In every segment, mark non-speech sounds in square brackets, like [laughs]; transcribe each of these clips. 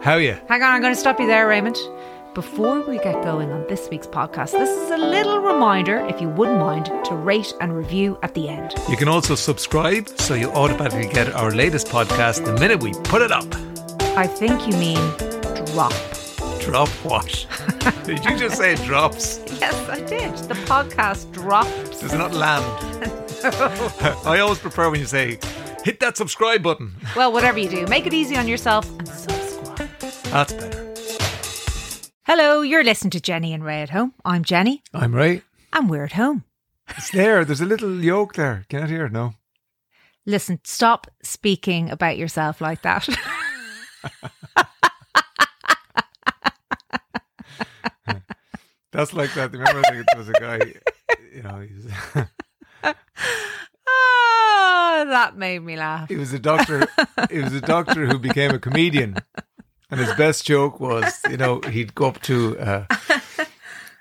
How are you? Hang on, I'm going to stop you there, Raymond. Before we get going on this week's podcast, this is a little reminder, if you wouldn't mind, to rate and review at the end. You can also subscribe so you'll automatically get our latest podcast the minute we put it up. I think you mean drop. Drop what? Did you just say drops? Yes, I did. The podcast drops. Does not land. [laughs] I always prefer when you say, hit that subscribe button. Well, whatever you do, make it easy on yourself and subscribe. That's better. Hello, you're listening to Jenny and Ray at Home. I'm Jenny, I'm right. and we're at home. It's there. There's a little yoke there. Can I hear it? No. Listen, stop speaking about yourself like that. [laughs] That's like that. Remember, I think there was a guy, you know, he was, oh, that made me laugh. he was a doctor. He was a doctor who became a comedian. And his best joke was, you know, he'd go up to uh,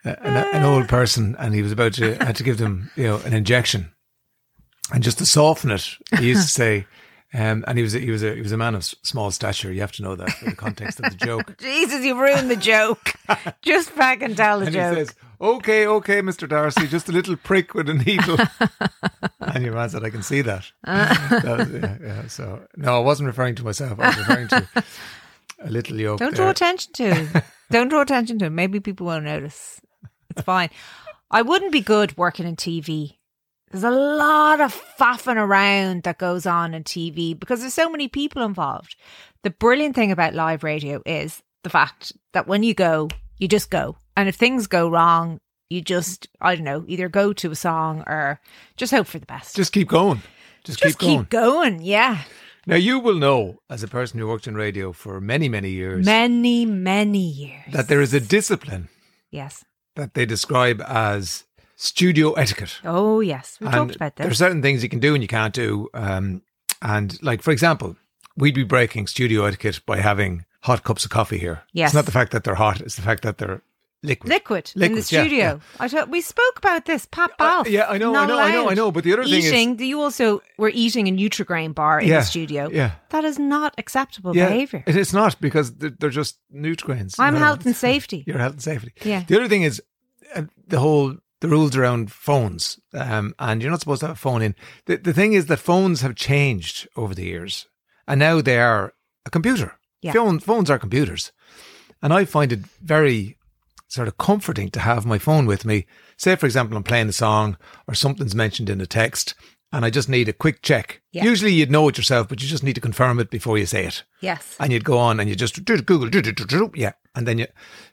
a- an, an old person and he was about to, had to give them, you know, an injection. And just to soften it, he used to say, um, and he was, a- he was a, he was a man of s- small stature. You have to know that for the context of the joke. Jesus, you've ruined [laughs] the joke. Just back and tell the And joke. he says, "Okay, okay, Mister Darcy, just a little prick with a [laughs] needle." and your man said, "I can see that." Uh. That was- yeah, yeah, so no, I wasn't referring to myself. I was referring to a little yoke. Don't there. draw attention to. [laughs] it. Don't draw attention to. it. Maybe people won't notice. It's fine. I wouldn't be good working in TV. There's a lot of faffing around that goes on in TV because there's so many people involved. The brilliant thing about live radio is the fact that when you go, you just go. And if things go wrong, you just, I don't know, either go to a song or just hope for the best. just keep going. Just, Just keep going. going. Yeah. Now you will know, as a person who worked in radio for many, many years, Many, many years. that there is a discipline yes. that they describe as studio etiquette. Oh, yes. We And talked about this. There are certain things you can do and you can't do. Um, and like, for example, we'd be breaking studio etiquette by having hot cups of coffee here. Yes. It's not the fact that they're hot, it's the fact that they're liquid. liquid, in the Liquid, yeah, studio. I don't, we spoke about this. Pat Balf. Uh, yeah, I know, I not know, I know, allowed. I know, but the other thing eating, is- you also were eating a Nutrigrain bar in Yeah, the studio. yeah. that is not acceptable yeah, behavior. It is not because they're, they're just nutrients. I'm No, health and it's- [laughs] safety. Your health and safety. Yeah. The other thing is uh, the whole the rules around phones, um, and you're not supposed to have a phone in. The the thing is that phones have changed over the years, and now they are a computer. Yeah. Phone, phones are computers, and I find it very sort of comforting to have my phone with me. Say, for example, I'm playing a song or something's mentioned in a text, and I just need a quick check. Yeah. Usually, you'd know it yourself, but you just need to confirm it before you say it Yes, and you'd go on and you just do Google, do, do, do, do, yeah, and then you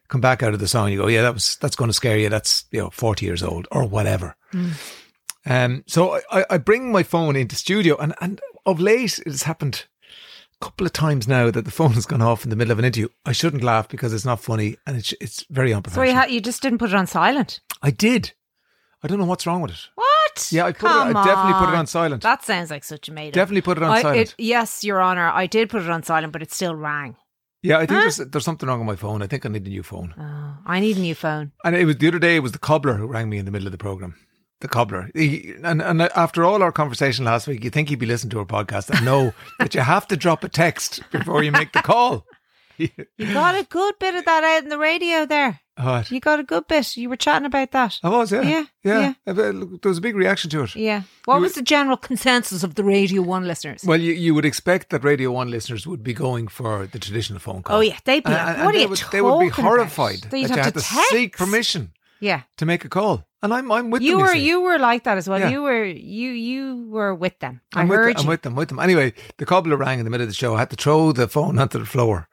come back out of the song, you go, yeah, that was that's going to scare you. That's you know forty years old or whatever. Um, so I, I bring my phone into studio, and and of late it's happened a couple of times now that the phone has gone off in the middle of an interview. I shouldn't laugh because it's not funny and it's it's very so you, unprofessional. ha- you just didn't put it on silent. I did. I don't know what's wrong with it. What? Yeah, I put Come it. I definitely put it on on. silent. That sounds like such a made. definitely put it on I, silent. it, yes, Your Honor, I did put it on silent, but it still rang. yeah, I think Huh? there's there's something wrong with my phone. I think I need a new phone. Oh, I need a new phone. And it was the other day. It was the cobbler who rang me in the middle of the program. The cobbler. He, and and after all our conversation last week, you think he'd be listening to our podcast and [laughs] know that you have to drop a text before you make the call. You got a good bit of that out in the radio there. What? You got a good bit. You were chatting about that. I was, yeah, Yeah, yeah. Uh, look, There was a big reaction to it. Yeah. What You- was the general consensus of the Radio 1 listeners? Well, you, you would expect that Radio One listeners would be going for the traditional phone call. oh, yeah. They'd be And- like, and- and what are uh, they you would, talking They would be about? horrified That that you you'd had have to, text. seek permission Yeah. to make a call. And I'm I'm with You them. were see. you were like that as well. Yeah. You were you you were with them. I I'm with, heard them, I'm you. with them, with them. Anyway, the cobbler rang in the middle of the show. I had to throw the phone onto the floor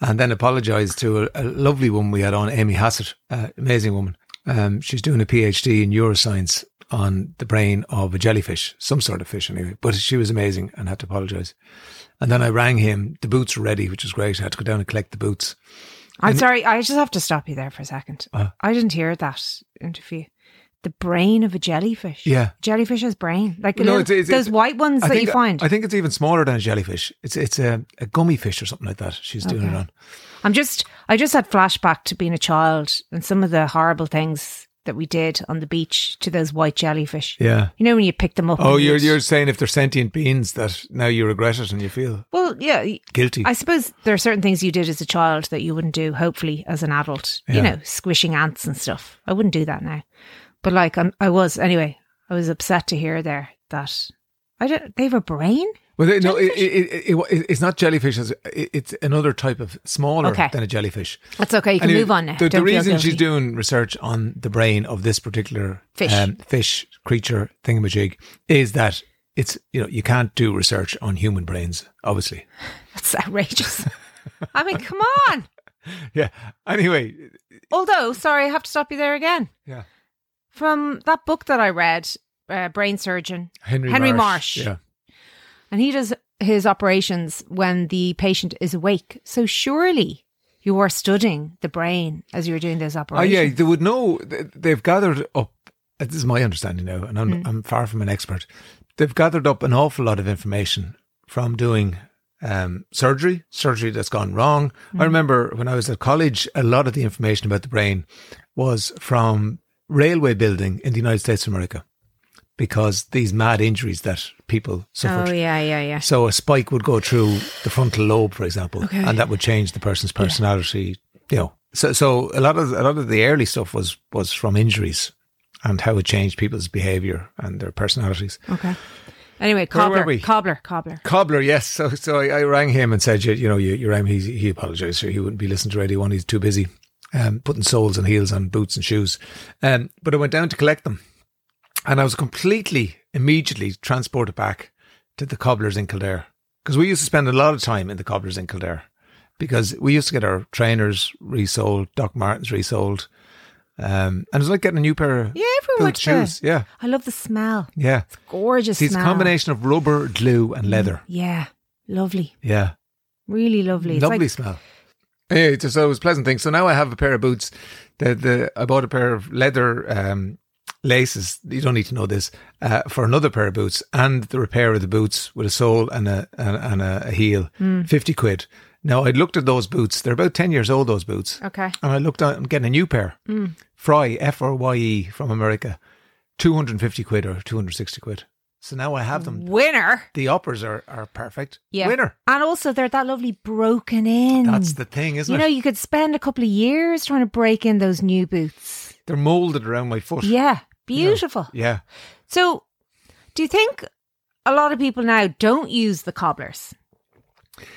and then apologise to a, a lovely woman we had on, Amy Hassett, uh, amazing woman. Um, she's doing a PhD in neuroscience on the brain of a jellyfish, some sort of fish anyway. But she was amazing and had to apologise. And then I rang him. The boots were ready, which was great. I had to go down and collect the boots. I'm sorry. I just have to stop you there for a second. Uh. I didn't hear that interview. The brain of a jellyfish. Yeah. Jellyfish has brain. Like a No, little- it's- it's- those it's- white ones I that think, you find. I think it's even smaller than a jellyfish. It's it's a, a gummy fish or something like that. She's doing it on. I'm just I just had flashback to being a child and some of the horrible things that we did on the beach to those white jellyfish. Yeah. You know when you pick them up. Oh, and you're eat- you're saying if they're sentient beings that now you regret it and you feel Well, yeah. y- guilty. I suppose there are certain things you did as a child that you wouldn't do, hopefully, as an adult. Yeah. You know, squishing ants and stuff. I wouldn't do that now. But like, I'm, I was, anyway, I was upset to hear there that I don't, they have a brain? well, they- no, it, it, it, it, it's not jellyfish. It's, it's another type of smaller Okay. than a jellyfish. That's okay. You can Anyway, move on now. The, the Don't feel reason she's guilty. doing research on the brain of this particular um, Fish. fish creature thingamajig is that it's you know you can't do research on human brains, obviously. That's outrageous. I mean, come on. Yeah. Anyway, Although, sorry, I have to stop you there again. yeah. From that book that I read, uh, Brain Surgeon, Henry, Henry Marsh. Yeah. and he does his operations when the patient is awake. So surely you are studying the brain as you're doing those Oh yeah, operations. they would know. th- They've gathered up. uh, This is my understanding now, and I'm, I'm far from an expert. They've gathered up an awful lot of information from doing um, surgery, surgery that's gone wrong. I remember when I was at college, a lot of the information about the brain was from railway building in the United States of America because these mad injuries that people suffered. oh yeah, yeah, yeah. So a spike would go through the frontal lobe, for example, Okay. and that would change the person's personality. You know, so so a lot of a lot of the early stuff was was from injuries and how it changed people's behaviour and their personalities. Okay. Anyway, Where were cobbler, we? cobbler, cobbler. Cobbler, yes. So so I, I rang him and said, you, you know, you, you rang me. He, he apologised. He wouldn't be listening to Radio One. He's too busy um, putting soles and heels on boots and shoes. Um, but I went down to collect them, and I was completely immediately transported back to the cobblers in Kildare because we used to spend a lot of time in the cobblers in Kildare because we used to get our trainers resold, Doc Martens resold, um, and it was like getting a new pair of Yeah, everyone filled likes that. shoes. Yeah, I love the smell. yeah. It's gorgeous See, it's a smell. combination of rubber, glue, and leather. Yeah, lovely. Yeah. Really lovely. It's Lovely like smell. Yeah, it's just, so it was a pleasant thing. So now I have a pair of boots. The the I bought a pair of leather um, laces. You don't need to know this uh, for another pair of boots and the repair of the boots with a sole and a and, and a, a heel. Hmm. Fifty quid. Now I looked at those boots. They're about ten years old. Those boots. okay. And I looked at I'm getting a new pair. Hmm. Fry F R Y E from America. Two hundred and fifty quid or two hundred and sixty quid. So now I have them. Winner. The uppers are, are perfect. Hmm. Yeah. Winner. And also they're that lovely broken in. That's the thing, isn't You it? know, you could spend a couple of years trying to break in those new boots. They're molded around my foot. Yeah. Beautiful. Yeah. So, do you think a lot of people now don't use the cobblers?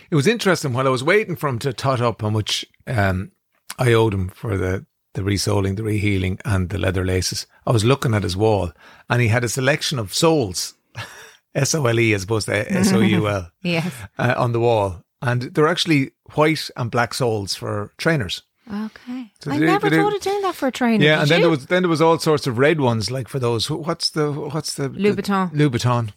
It was interesting while I was waiting for him to tot up how much um, I owed him for the, the resoling, the rehealing, and the leather laces. I was looking at his wall and he had a selection of soles, [laughs] S O L E as opposed to S O U [laughs] L, Yes. uh, on the wall. And they're actually white and black soles for trainers. Okay. So I they- never they do- thought of doing that for a trainer. Yeah, did and then you? there was then there was all sorts of red ones, like for those. wh- What's the what's the the- Louboutin. Louboutin.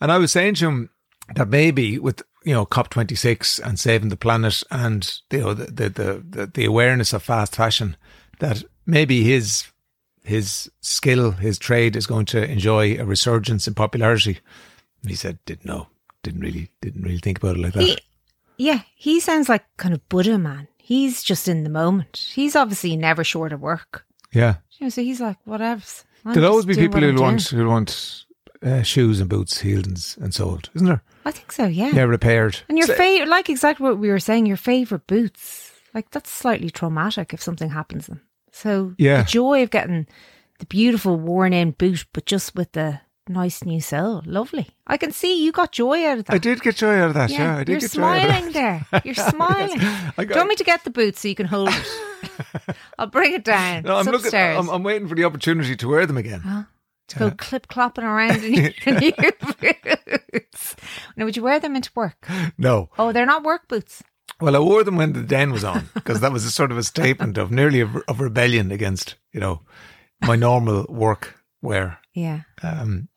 And I was saying to him that maybe with you know COP twenty six and saving the planet and you know the the, the the the awareness of fast fashion that maybe his his skill his trade is going to enjoy a resurgence in popularity. And he said, "Didn't know, didn't really, didn't really think about it like that." He, yeah, he sounds like kind of Buddha man. He's just in the moment. He's obviously never short of work. yeah, You know, so he's like, whatever's. I'm there'll always just be doing people what I'm who doing. want who want uh, shoes and boots healed and, and sold, isn't there? I think so. Yeah. Yeah, repaired. Mm. And your So- favorite, like exactly what we were saying, your favorite boots. Like that's slightly traumatic if something happens to them. So Yeah. the joy of getting the beautiful worn in boot, but just with the nice new sole, lovely. I can see you got joy out of that. I did get joy out of that. Yeah, I did you're get joy out of smiling that. there. [laughs] You're smiling. I Do got- you want me to get the boots so you can hold it? [laughs] I'll bring it down. No, I'm it's looking. upstairs. I'm, I'm waiting for the opportunity to wear them again. to go clip clopping around in [laughs] your new boots. Now, would you wear them into work? No, Oh, they're not work boots. well, I wore them when the den was on because that was a sort of a statement of nearly of, of rebellion against you know my normal work wear. Yeah. Um,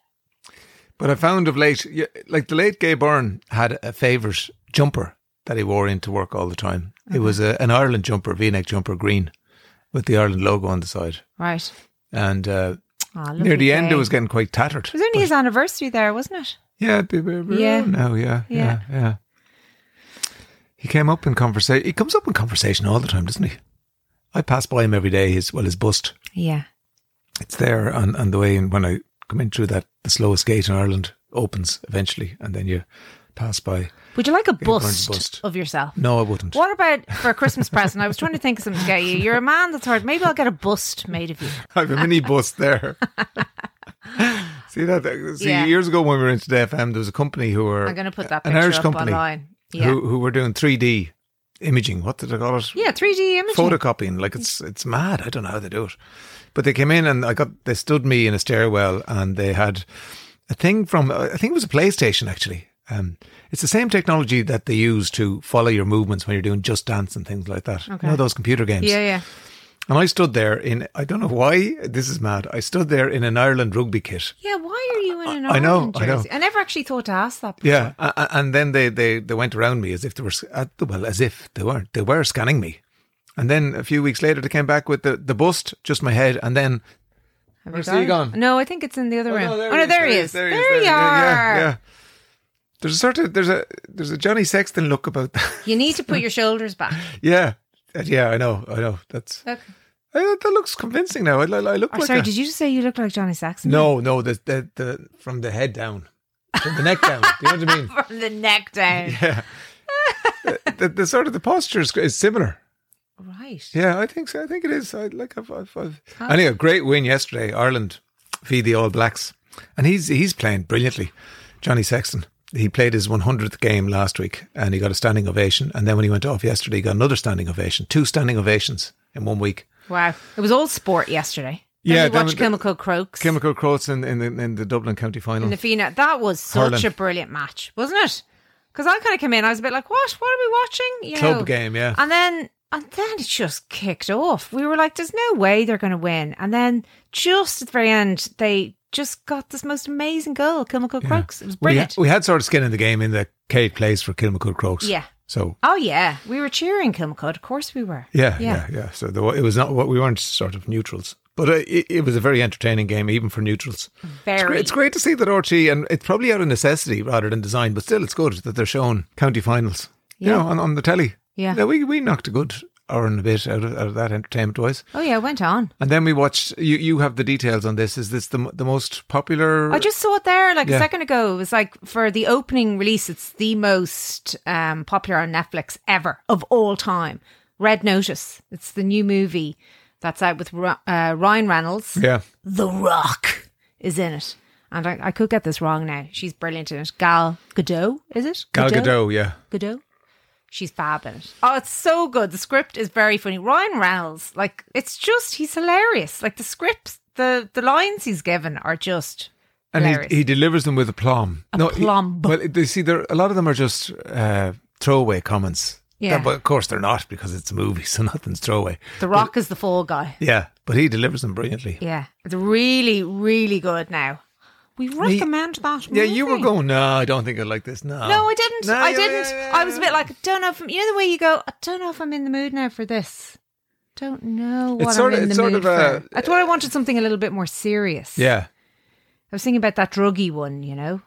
but I found of late, yeah, like the late Gay Byrne had a favourite jumper that he wore into work all the time. It was a, an Ireland jumper, V-neck jumper, green, with the Ireland logo on the side. Right. And uh, Ah, near lovely the end, day. it was getting quite tattered. It was only his anniversary there, wasn't it? Yeah, it'd be, it'd be Yeah. around now, Oh, yeah, yeah, Yeah. yeah, He came up in conversation. He comes up in conversation all the time, doesn't he? I pass by him every day. His well, his bust. Yeah. It's there on, on the way, and when I come in through that, the slowest gate in Ireland opens eventually, and then you pass by. Would you like a burnt bust, bust. of yourself? No, I wouldn't. What about for a Christmas present? I was trying to think of something to get you. You're a man that's hard. Maybe I'll get a bust made of you. I have a mini bus there. [laughs] see that? See, Yeah. years ago when we were into the FM, there was a company who were I'm going to put that an picture Irish up company online. Yeah. who who were doing 3D imaging. What did they call it? yeah, 3D imaging. photocopying. Like it's it's mad. I don't know how they do it. But they came in and I got they stood me in a stairwell and they had a thing from I think it was a PlayStation actually. Um, it's the same technology that they use to follow your movements when you're doing Just Dance and things like that. You know Okay. those computer games. Yeah, yeah. And I stood there in I don't know why this is mad. I stood there in an Ireland rugby kit. Yeah, why are you in an I- I know, Ireland I know. jersey? I never actually thought to ask that. before. Yeah, a- a- and then they, they, they went around me as if they were sc- uh, well as if they weren't. They were scanning me, and then a few weeks later they came back with the, the bust, just my head, and then Have Where's you he gone? gone? No, I think it's in the other room. no, oh, no, there he is. There, you are. Yeah, yeah. There's a sort of there's a there's a Johnny Sexton look about that. [laughs] You need to put your shoulders back. yeah, Uh, yeah. I know, I know. That's Okay. I, that looks convincing now. I, I look Oh, like sorry, a- did you just say you look like Johnny Saxon? [laughs] no, no. The, the the from the head down, from the neck down. Do you know what [laughs] I mean? From the neck down. Yeah. the, the, the sort of the posture is, is similar. Right. Yeah, I think so. I think it is. I like. I've, I've, I've. Huh. Anyway, great win yesterday, Ireland v the All Blacks, and he's he's playing brilliantly. Johnny Sexton. He played his 100th game last week, and he got a standing ovation. And then when he went off yesterday, he got another standing ovation. Two standing ovations in one week. Wow. It was all sport yesterday. Yeah, Yeah. We then watched the- Chemical Croaks Chemical Croats in, in, the- in the Dublin County Final. and the Fina. That was such Hurling. a brilliant match, wasn't it? Because I kind of came in, I was a bit like, what? What are we watching? You Club know. game, yeah. And then. And then it just kicked off. We were like, there's no way they're going to win. And then just at the very end, they just got this most amazing goal, Chemical Croaks. It was we, brilliant. we had sort of skin in the game in that Kate plays for Kilmacook Croaks. Yeah. So Oh yeah, we were cheering Kilmacud. Of course we were. Yeah, yeah, Yeah. yeah. So the, it was not what we weren't sort of neutrals, but uh, it, it was a very entertaining game, even for neutrals. It's Very. great, it's great to see that RT, and it's probably out of necessity rather than design, but still, it's good that they're showing county finals. You Yeah. know, on, on the telly. Yeah. Now, we we knocked a good hour and a bit out of, out of that entertainment wise, Oh yeah, it went on. and then we watched. You you have the details on this. Is this the m- the most popular? I just saw it there like Yeah. a second ago. It was like for the opening release, it's the most um, popular on Netflix ever of all time. Red Notice. It's the new movie that's out with Ro- uh, Ryan Reynolds. yeah. The Rock is in it. And I, I could get this wrong now. She's brilliant in it. Gal Gadot, is it? Gal Gadot, yeah. Godot. She's fab in it. Oh, it's so good. The script is very funny. Ryan Reynolds, like, it's just he's hilarious. Like the scripts, the the lines he's given are just And hilarious. he, he delivers them with aplomb. he- Aplomb. well, it- they see there a lot of them are just uh, throwaway comments. Yeah. That- but of course they're not because it's a movie, [laughs] so nothing's throwaway. the Rock is the fall guy. Yeah, but he delivers them brilliantly. Yeah, it's really really good. Now we recommend that. Yeah, you were movie. going. No, I don't think I like this. No, No, I didn't. No, I yeah, didn't. yeah, yeah, I was a yeah. bit like, I don't know if I'm, you know the way you go. I don't know if I'm in the mood now for this. Don't know what It's sort I'm of- in it's the sort mood of a- for. I thought I wanted something a little bit more serious. Yeah, I was thinking about that druggy one. You know.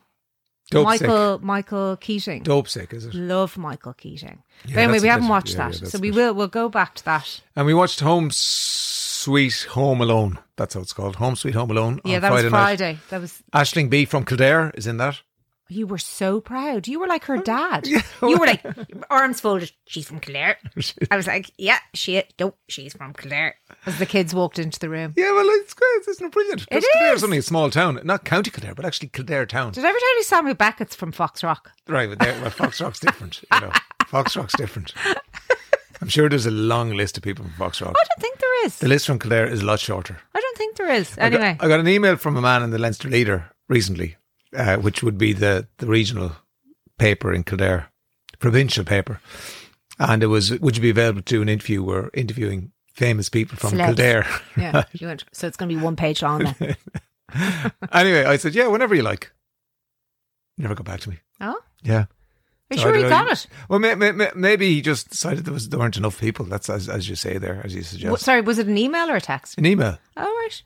dope sick. Michael Michael Keating. Dope sick, is it? Love Michael Keating. Yeah, but anyway, that's we a haven't bit- watched yeah, yeah, that, that's so a we bit- will we'll go back to that. And we watched Home Sweet Home Alone. That's how it's called. Home Sweet Home Alone. yeah, on that Friday was night. Friday. That was Ashling B from Kildare is in that. [laughs] you were so proud. You were like her dad. You were like [laughs] arms folded. She's from Clare. I was like, yeah, she no, she's from Clare. As the kids walked into the room, Yeah, well, it's great. Isn't it brilliant? It Kildare is. only a small town, not County Kildare, but actually Kildare town. did I ever tell you Samuel Beckett's from Fox Rock? Right, but there, well, [laughs] Fox Rock's different. You know, Fox Rock's different. I'm sure there's a long list of people from Fox Rock. I don't think there is. The list from Kildare is a lot shorter. I don't think there is. I got- Anyway, I got, an email from a man in the Leinster Leader recently, uh, which would be the, the regional paper in Kildare, provincial paper. And it was, would you be available to do an interview? We're interviewing famous people from Celebs. Kildare. yeah, you went, so it's going to be one page long. [laughs] Then. [laughs] anyway, I said, yeah, whenever you like. Never got back to me. Oh, Yeah. are you So I sure don't you know, got it? Well, may, may, may- maybe he just decided there, was, there weren't enough people. That's as, as you say there, as you W- suggest. Sorry, was it an email or a text? An email All right.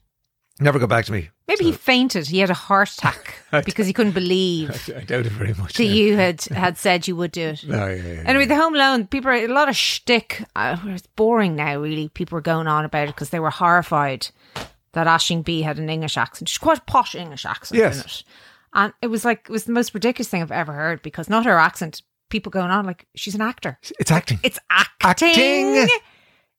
never got back to me. Maybe he fainted. He had a heart [laughs] attack because he couldn't I, believe I doubt it very much. that yeah. you had, had said you would do it. No, yeah, yeah, yeah. Anyway, the Home Alone, people are a lot of shtick. Uh, it's boring now, really. People are going on about it because they were horrified that Ashing B had an English accent. She's quite a posh English accent Yes. in it. And it was like, it was the most ridiculous thing I've ever heard because not her accent, people going on like, she's an actor. It's acting. It's acting. Acting.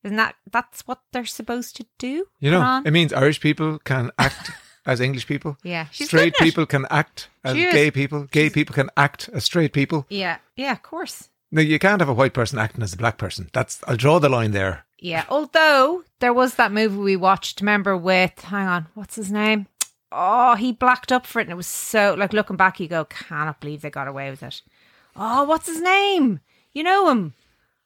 Isn't that, that's what they're supposed to do? You know, Fran? it means Irish people can [laughs] act as English people. Yeah, she's good straight at it. people can act as She is. gay people. Gay people can act as straight people. Yeah. Yeah, of course. No, you can't have a white person acting as a black person. That's I'll draw the line there. Yeah. Although there was that movie we watched, remember, with, hang on, what's his name? Oh, he blacked up for it. And it was so, like, looking back, you go, cannot believe they got away with it. Oh, what's his name? You know him.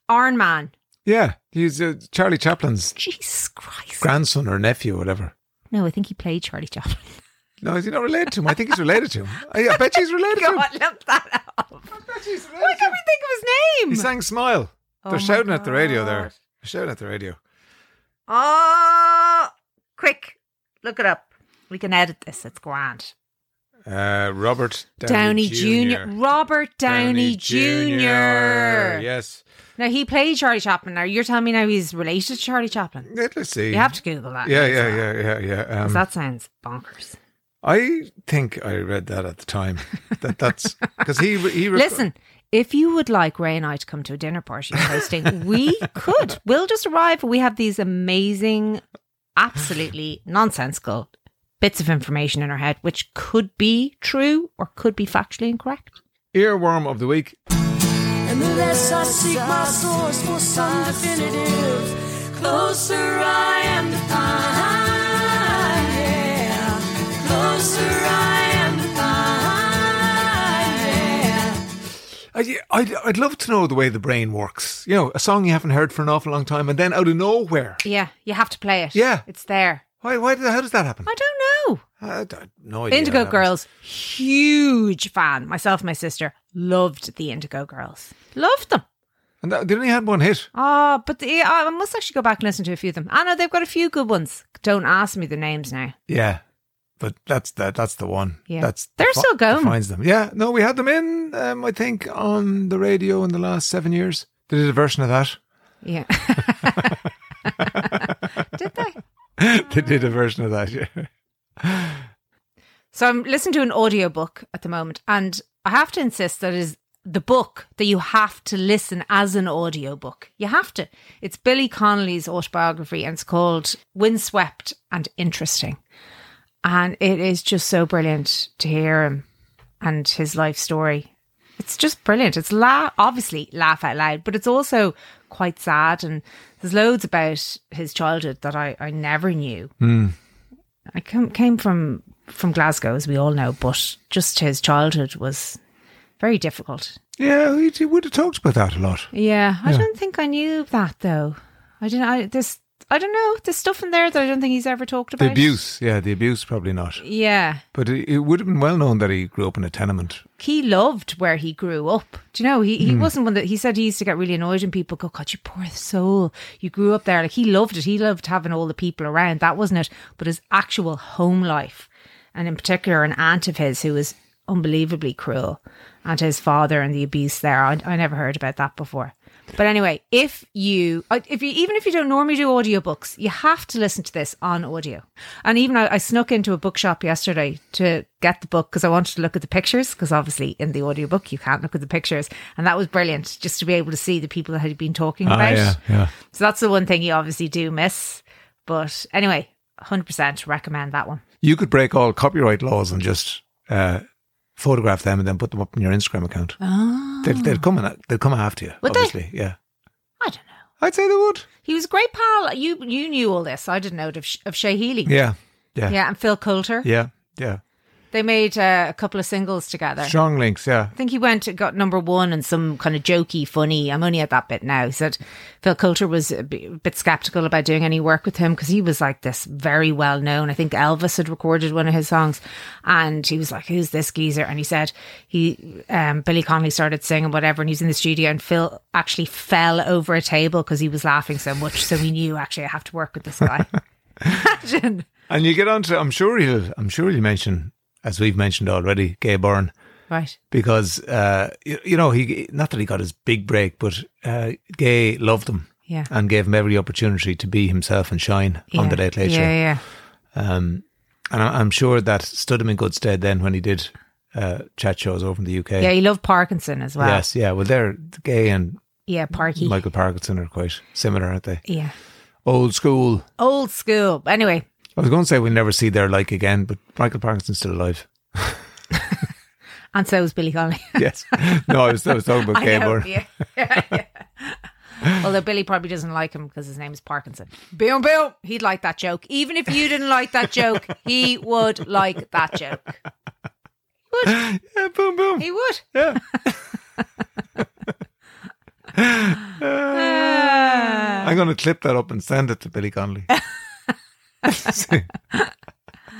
Iron Man. Yeah, he's uh, Charlie Chaplin's Jesus Christ. grandson or nephew, or whatever. No, I think he played Charlie Chaplin. No, is he not related to him? I think he's related to him. I, I bet he's related to him. [laughs] God, look that up. I bet he's Why related to can't him. we think of his name? He sang "Smile." Oh They're my shouting at the radio there. They're God. shouting at the radio. Oh, quick. Look it up. We can edit this. It's grand. Uh, Robert Downey, Downey, Jr. Robert Downey, Jr. Yes. Now he played Charlie Chaplin. Now you're telling me now he's related to Charlie Chaplin. Yeah, Let's see. You have to Google that. Yeah, now, yeah, Sarah, yeah, yeah, yeah. 'cause Um, that sounds bonkers. I think I read that at the time. That [laughs] that's because he he rec- Listen, if you would like Ray and I to come to a dinner party [laughs] you're hosting, we could. We'll just arrive. We have these amazing, absolutely nonsensical bits of information in our head, which could be true or could be factually incorrect. earworm of the week. And unless I seek my source for some definitive, closer I am to find. Yeah, closer I am to find. Yeah. I, I'd, I'd love to know the way the brain works. You know, a song you haven't heard for an awful long time, and then out of nowhere, Yeah, you have to play it. Yeah. It's there. why why did, how does that happen? I don't know. I, don't no idea. Indigo That was- Girls, huge fan. Myself and my sister loved the Indigo Girls. Loved them. And that, they only had one hit. Oh, but the, I must actually go back and listen to a few of them. I know they've got a few good ones. Don't ask me the names now. Yeah, but that's that that's the one. Yeah. that's They're fi- still going. Finds them. Yeah, no, we had them in. Um, I think on the radio in the last seven years. They did a version of that. [laughs] Yeah. [laughs] Did they? they did a version of that. Yeah. So I'm listening to an audiobook at the moment, and I have to insist that is the book that you have to listen as an audiobook. You have to. It's Billy Connolly's autobiography, and it's called Windswept and Interesting. And it is just so brilliant to hear him and his life story. It's just brilliant. It's la- obviously laugh out loud, but it's also quite sad. And there's loads about his childhood that I, I never knew. I came, came from from Glasgow, as we all know, but just his childhood was very difficult. Yeah, we we would have talked about that a lot. Yeah, I don't think I knew that though. I didn't. I this. I don't know. There's stuff in there that I don't think he's ever talked about. The abuse, yeah, the abuse probably not. Yeah, But it, it would have been well known that he grew up in a tenement. he loved where he grew up. Do you know? He he wasn't one that he said he used to get really annoyed when people go, "God, you poor soul, you grew up there." Like he loved it. He loved having all the people around. That wasn't it. But his actual home life, and in particular, an aunt of his who was unbelievably cruel, and his father and the abuse there. I, I never heard about that before. But anyway, if you, I- if you, even if you don't normally do audiobooks, you have to listen to this on audio. And even I, I snuck into a bookshop yesterday to get the book because I wanted to look at the pictures because obviously in the audiobook you can't look at the pictures, and that was brilliant just to be able to see the people that had been talking about. Ah, yeah. So that's the one thing you obviously do miss. But anyway, hundred percent recommend that one. You could break all copyright laws and just uh, photograph them and then put them up in your Instagram account. Oh, They'd, they'd come and they'd come after you. Would they? obviously, yeah. I don't know. I'd say they would. He was a great pal. You you knew all this. I didn't know it of Sh- of Shay Healy. Yeah, yeah, yeah, Yeah, and Phil Coulter. yeah. They made uh, a couple of singles together. Strong links. Yeah, I think he went got number one and some kind of jokey, funny. I'm only at that bit now. He said Phil Coulter was a b- bit skeptical about doing any work with him because he was like this very well known. I think Elvis had recorded one of his songs, and he was like, "Who's this geezer?" And he said he um, Billy Connolly started singing whatever, and he was in the studio, and Phil actually fell over a table because he was laughing so much. So we knew actually I have to work with this guy. [laughs] Imagine. and you get on to. I'm sure you'll. I'm sure you'll mention, as we've mentioned already, Gay Byrne. Right. because uh, you, you know he not that he got his big break, but uh, Gay loved him Yeah. and gave him every opportunity to be himself and shine on Yeah. the Late Late yeah, Show. yeah. Um, and I, I'm sure that stood him in good stead then when he did uh, chat shows over in the UK. Yeah, you love Parkinson as well. Yes, yeah. Well, they're Gay and Yeah, Parky. Michael Parkinson are quite similar, aren't they? yeah. Old school. Old school. Anyway, I was going to say we'll never see their like again, but Michael Parkinson's still alive. and so is Billy Connolly. [laughs] [laughs] Yes. No, I was, I was talking about I Gay know, Moore. yeah. [laughs] Yeah, yeah. Although Billy probably doesn't like him because his name is Parkinson. Boom, boom. He'd like that joke. Even if you didn't like that joke, he would like that joke. Yeah, boom, boom. He would. [laughs] Yeah. Ah. I'm going to clip that up and send it to Billy Connolly. [laughs]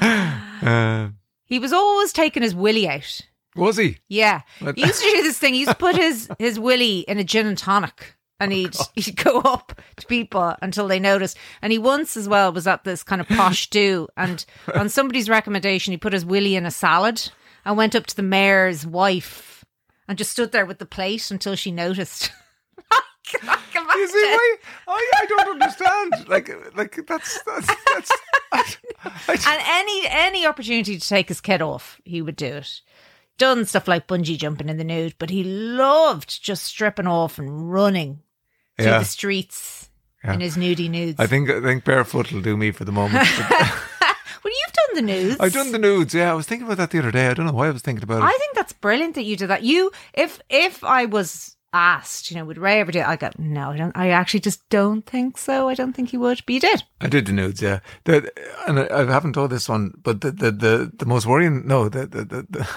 Uh, [sighs] he was always taking his willy out. was he? Yeah. What- He used to do this thing. He used to put his, [laughs] his willy in a gin and tonic and Oh, he'd, he'd go [laughs] up to people until they noticed. And he once as well was at this kind [laughs] of posh do and on somebody's recommendation, he put his willy in a salad and went up to the mayor's wife and just stood there with the plate until she noticed. [laughs] Oh, I can't You see, imagine. why? I, I don't understand. Like, like that's that's that's. I, I, And any any opportunity to take his kid off, he would do it. Done stuff like bungee jumping in the nude, but he loved just stripping off and running through Yeah. the streets Yeah. in his nudie nudes. I think I think barefoot will do me for the moment. well, you've done the nudes. I've done the nudes. Yeah, I was thinking about that the other day. I don't know why I was thinking about it. I think that's brilliant that you did that. You, if if I was asked, you know, would Ray ever do? it? I go, no, I don't. I actually just don't think so. I don't think he would, but you did. I did the nudes, yeah. The, and I, I haven't told this one, but the the, the, the most worrying, no, the the, the the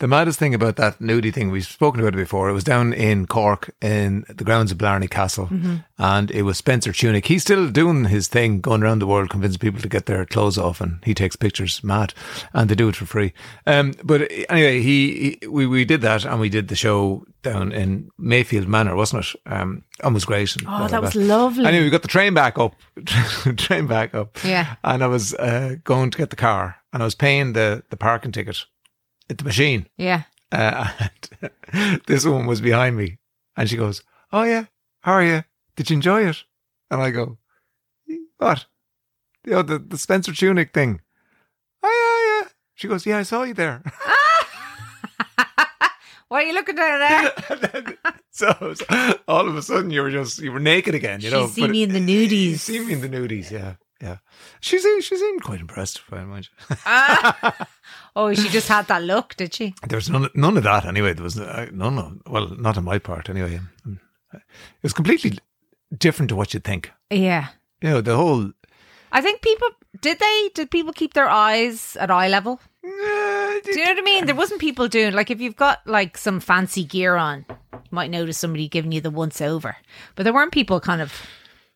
the maddest thing about that nudie thing we've spoken about it before. It was down in Cork in the grounds of Blarney Castle, Mm-hmm. and it was Spencer Tunick. He's still doing his thing, going around the world, convincing people to get their clothes off, and he takes pictures, mad, and they do it for free. Um, but anyway, he, he we we did that, and we did the show down in Mayfield Manor, wasn't it? Um, and was great. and Oh, blah, that blah, was blah. lovely. Anyway, we got the train back up, [laughs] train back up. Yeah. And I was uh, going to get the car, and I was paying the the parking ticket at the machine. Yeah. Uh, [laughs] and this woman was behind me, and she goes, "Oh yeah, how are you? Did you enjoy it?" And I go, "What? You know, the the Spencer Tunic thing?" Oh yeah, yeah. She goes, "Yeah, I saw you there." [laughs] [laughs] Why are you looking down there? And then- so, so all of a sudden, you were just you were naked again. [laughs] You know, She's seen but me in the you nudies. see me in the nudies, yeah, yeah. She seemed she seemed quite impressed, if I mind. [laughs] oh, she just had that look, did she? There was none none of that anyway. There was uh, none of well, not on my part anyway. Um, It was completely different to what you'd think. Yeah. You know, the whole I think people did they did people keep their eyes at eye level? Do you know what I mean? There wasn't people doing like if you've got like some fancy gear on, you might notice somebody giving you the once over. But there weren't people kind of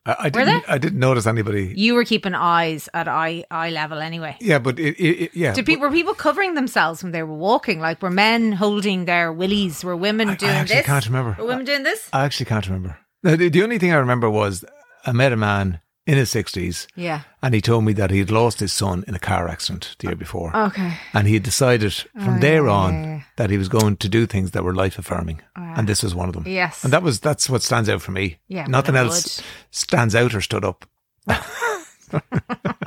I, I didn't I didn't notice anybody. you were keeping eyes at eye eye level anyway. Yeah, but it, it, it- yeah. Did but- pe- were people covering themselves when they were walking? Like were men holding their willies? Were women I, I doing actually this? can't remember. Were women doing this? I actually can't remember. No, the, the only thing I remember was I met a man in his sixties. Yeah. And he told me that he had lost his son in a car accident the year before. Okay. And he had decided from there on Oh, yeah. that he was going to do things that were life affirming. yeah. And this was one of them. Yes. And that was that's what stands out for me. Yeah, well, Nothing it else stands out or stood up.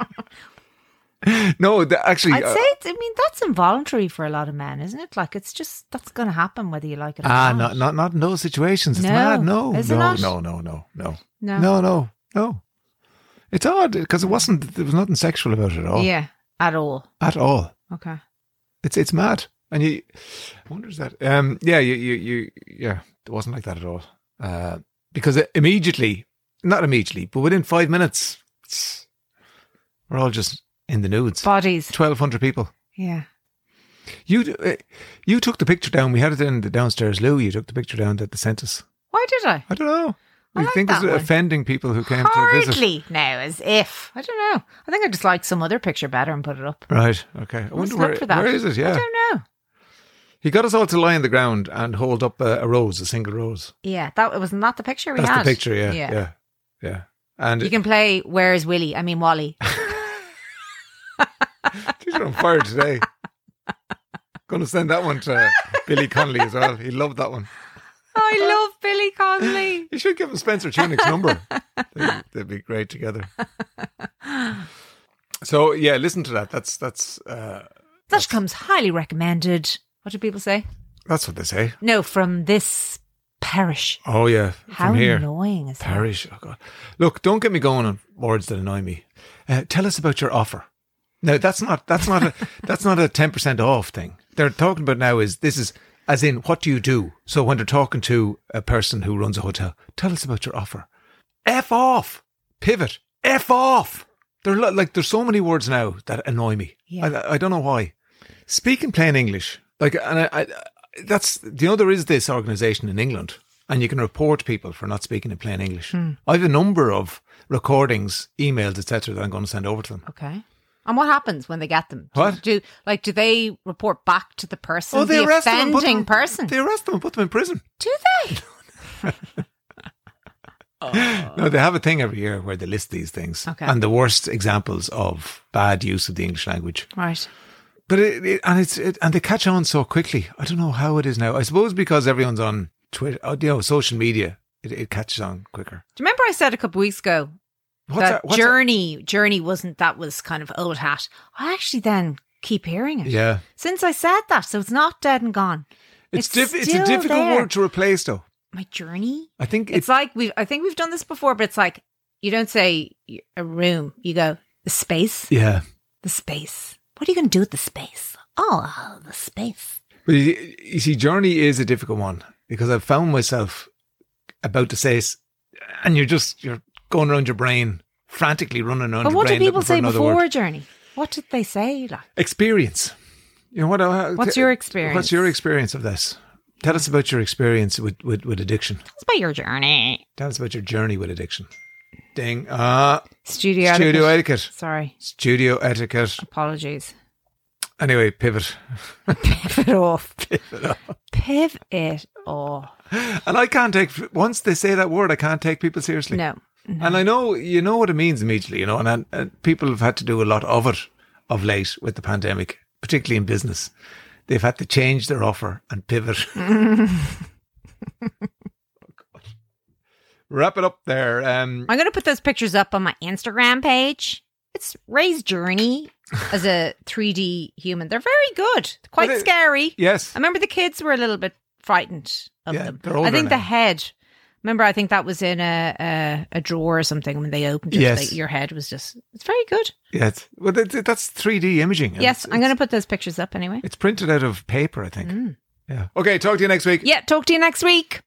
[laughs] no, th- actually I'd uh, say, it's, I mean, that's involuntary for a lot of men, isn't it? Like, it's just that's going to happen whether you like it or ah, not. not, not not in those situations. It's No. mad. No, Is it no, not? no, no, no, no, No. no, no, no. It's odd because it wasn't. There was nothing sexual about it at all. Yeah, at all. At all. Okay. It's it's mad. And you I wonder is that um yeah, you you, you yeah, it wasn't like that at all. Uh because it immediately not immediately, but within five minutes it's- we're all just in the nudes. Bodies. Twelve hundred people. Yeah. You uh, you took the picture down. We had it in the downstairs loo. You took the picture down that they sent us. Why did I? I don't know. I We like think it's that one. offending people who came to visit. Hardly now, as if. I don't know. I think I just like some other picture better and put it up. Right. Okay. I Let's wonder look where, for that. where is it? I Yeah. don't know. He got us all to lie on the ground and hold up a, a rose, a single rose. Yeah, that was not the picture we That's had. the picture, yeah, yeah, yeah, And You can play Where's Willie? I [laughs] mean, Wally. these are on fire today. [laughs] Going to send that one to Billy Connolly as well. He loved that one. I love Billy [laughs] Connolly. You should give [laughs] him Spencer Tunick's number. They'd, they'd be great together. So yeah, listen to that. That's that's uh, That comes highly recommended. What do people say? that's what they say. No, from this parish. Oh yeah, How from here. annoying is that? Parish. Oh God. Look, don't get me going on words that annoy me. Uh, tell us about your offer. No, that's not that's not a [laughs] that's not a ten percent off thing. They're talking about now is this is as in what do you do? So when they're talking to a person who runs a hotel, tell us about your offer. F off. Pivot. F off. There are lo- like there's so many words now that annoy me. Yeah. I, I don't know why. Speaking plain English, like, and I, I that's you know there is this organisation in England, and you can report people for not speaking in plain English. Hmm. I have a number of recordings, emails, etc. that I'm going to send over to them. Okay. And what happens when they get them? Do- What? Do, like do they report back to the person, the and put offending Oh, them- person? They arrest them and put them in prison. Do [laughs] they? No, they have a thing every year where they list these things Okay. and the worst examples of bad use of the English language. Right. But it, it and it's it, and they catch on so quickly. I don't know how it is now. I suppose because everyone's on Twitter, uh, you know, social media, it, it catches on quicker. Do you remember I said a couple weeks ago What's that that- what's that- journey journey wasn't that was kind of old hat. I actually then keep hearing it Yeah, since I said that, so it's not dead and gone. it's It's diff- it's a still difficult there. word to replace, though. My journey. I think It's it's like we. I think we've done this before, but it's like you don't say a room. You go the space. yeah. The space. What are you going to do with the space? Oh, the space. But you, you see, journey is a difficult one because I've found myself about to say, s- and you're just you're going around your brain frantically running around. But your what brain did people looking for say another before word. journey? What did they say? Like experience? You know what? uh, What's t- your experience? What's your experience of this? Tell us about your experience with, with, with addiction. it's about your journey. Tell us about your journey with addiction. Ding. Ah, Studio. studio etiquette. etiquette. Sorry. Studio etiquette. Apologies. [laughs] Anyway, pivot. Pivot [laughs] off. Pivot it off. And I can't take once they say that word, I can't take people seriously. No. And I know you know what it means immediately, you know, and, and, and people have had to do a lot of it of late with the pandemic, particularly in business. They've had to change their offer and pivot. [laughs] Wrap it up there. Um, I'm going to put those pictures up on my Instagram page. It's Ray's journey as a 3D human. They're very good. They're quite Well, they- scary. yes. I remember the kids were a little bit frightened of Yeah, them. they're I think older the now. head. Remember, I think that was in a a, a drawer or something when they opened it. Yes. they- your head was just. It's very good. Yes. Well, that, that- that's 3D imaging. and yes, it's- I'm Mm. going to it's- put those pictures up anyway. It's printed out of paper, I think. Yeah. Okay. Talk to you next week. Yeah, talk to you next week.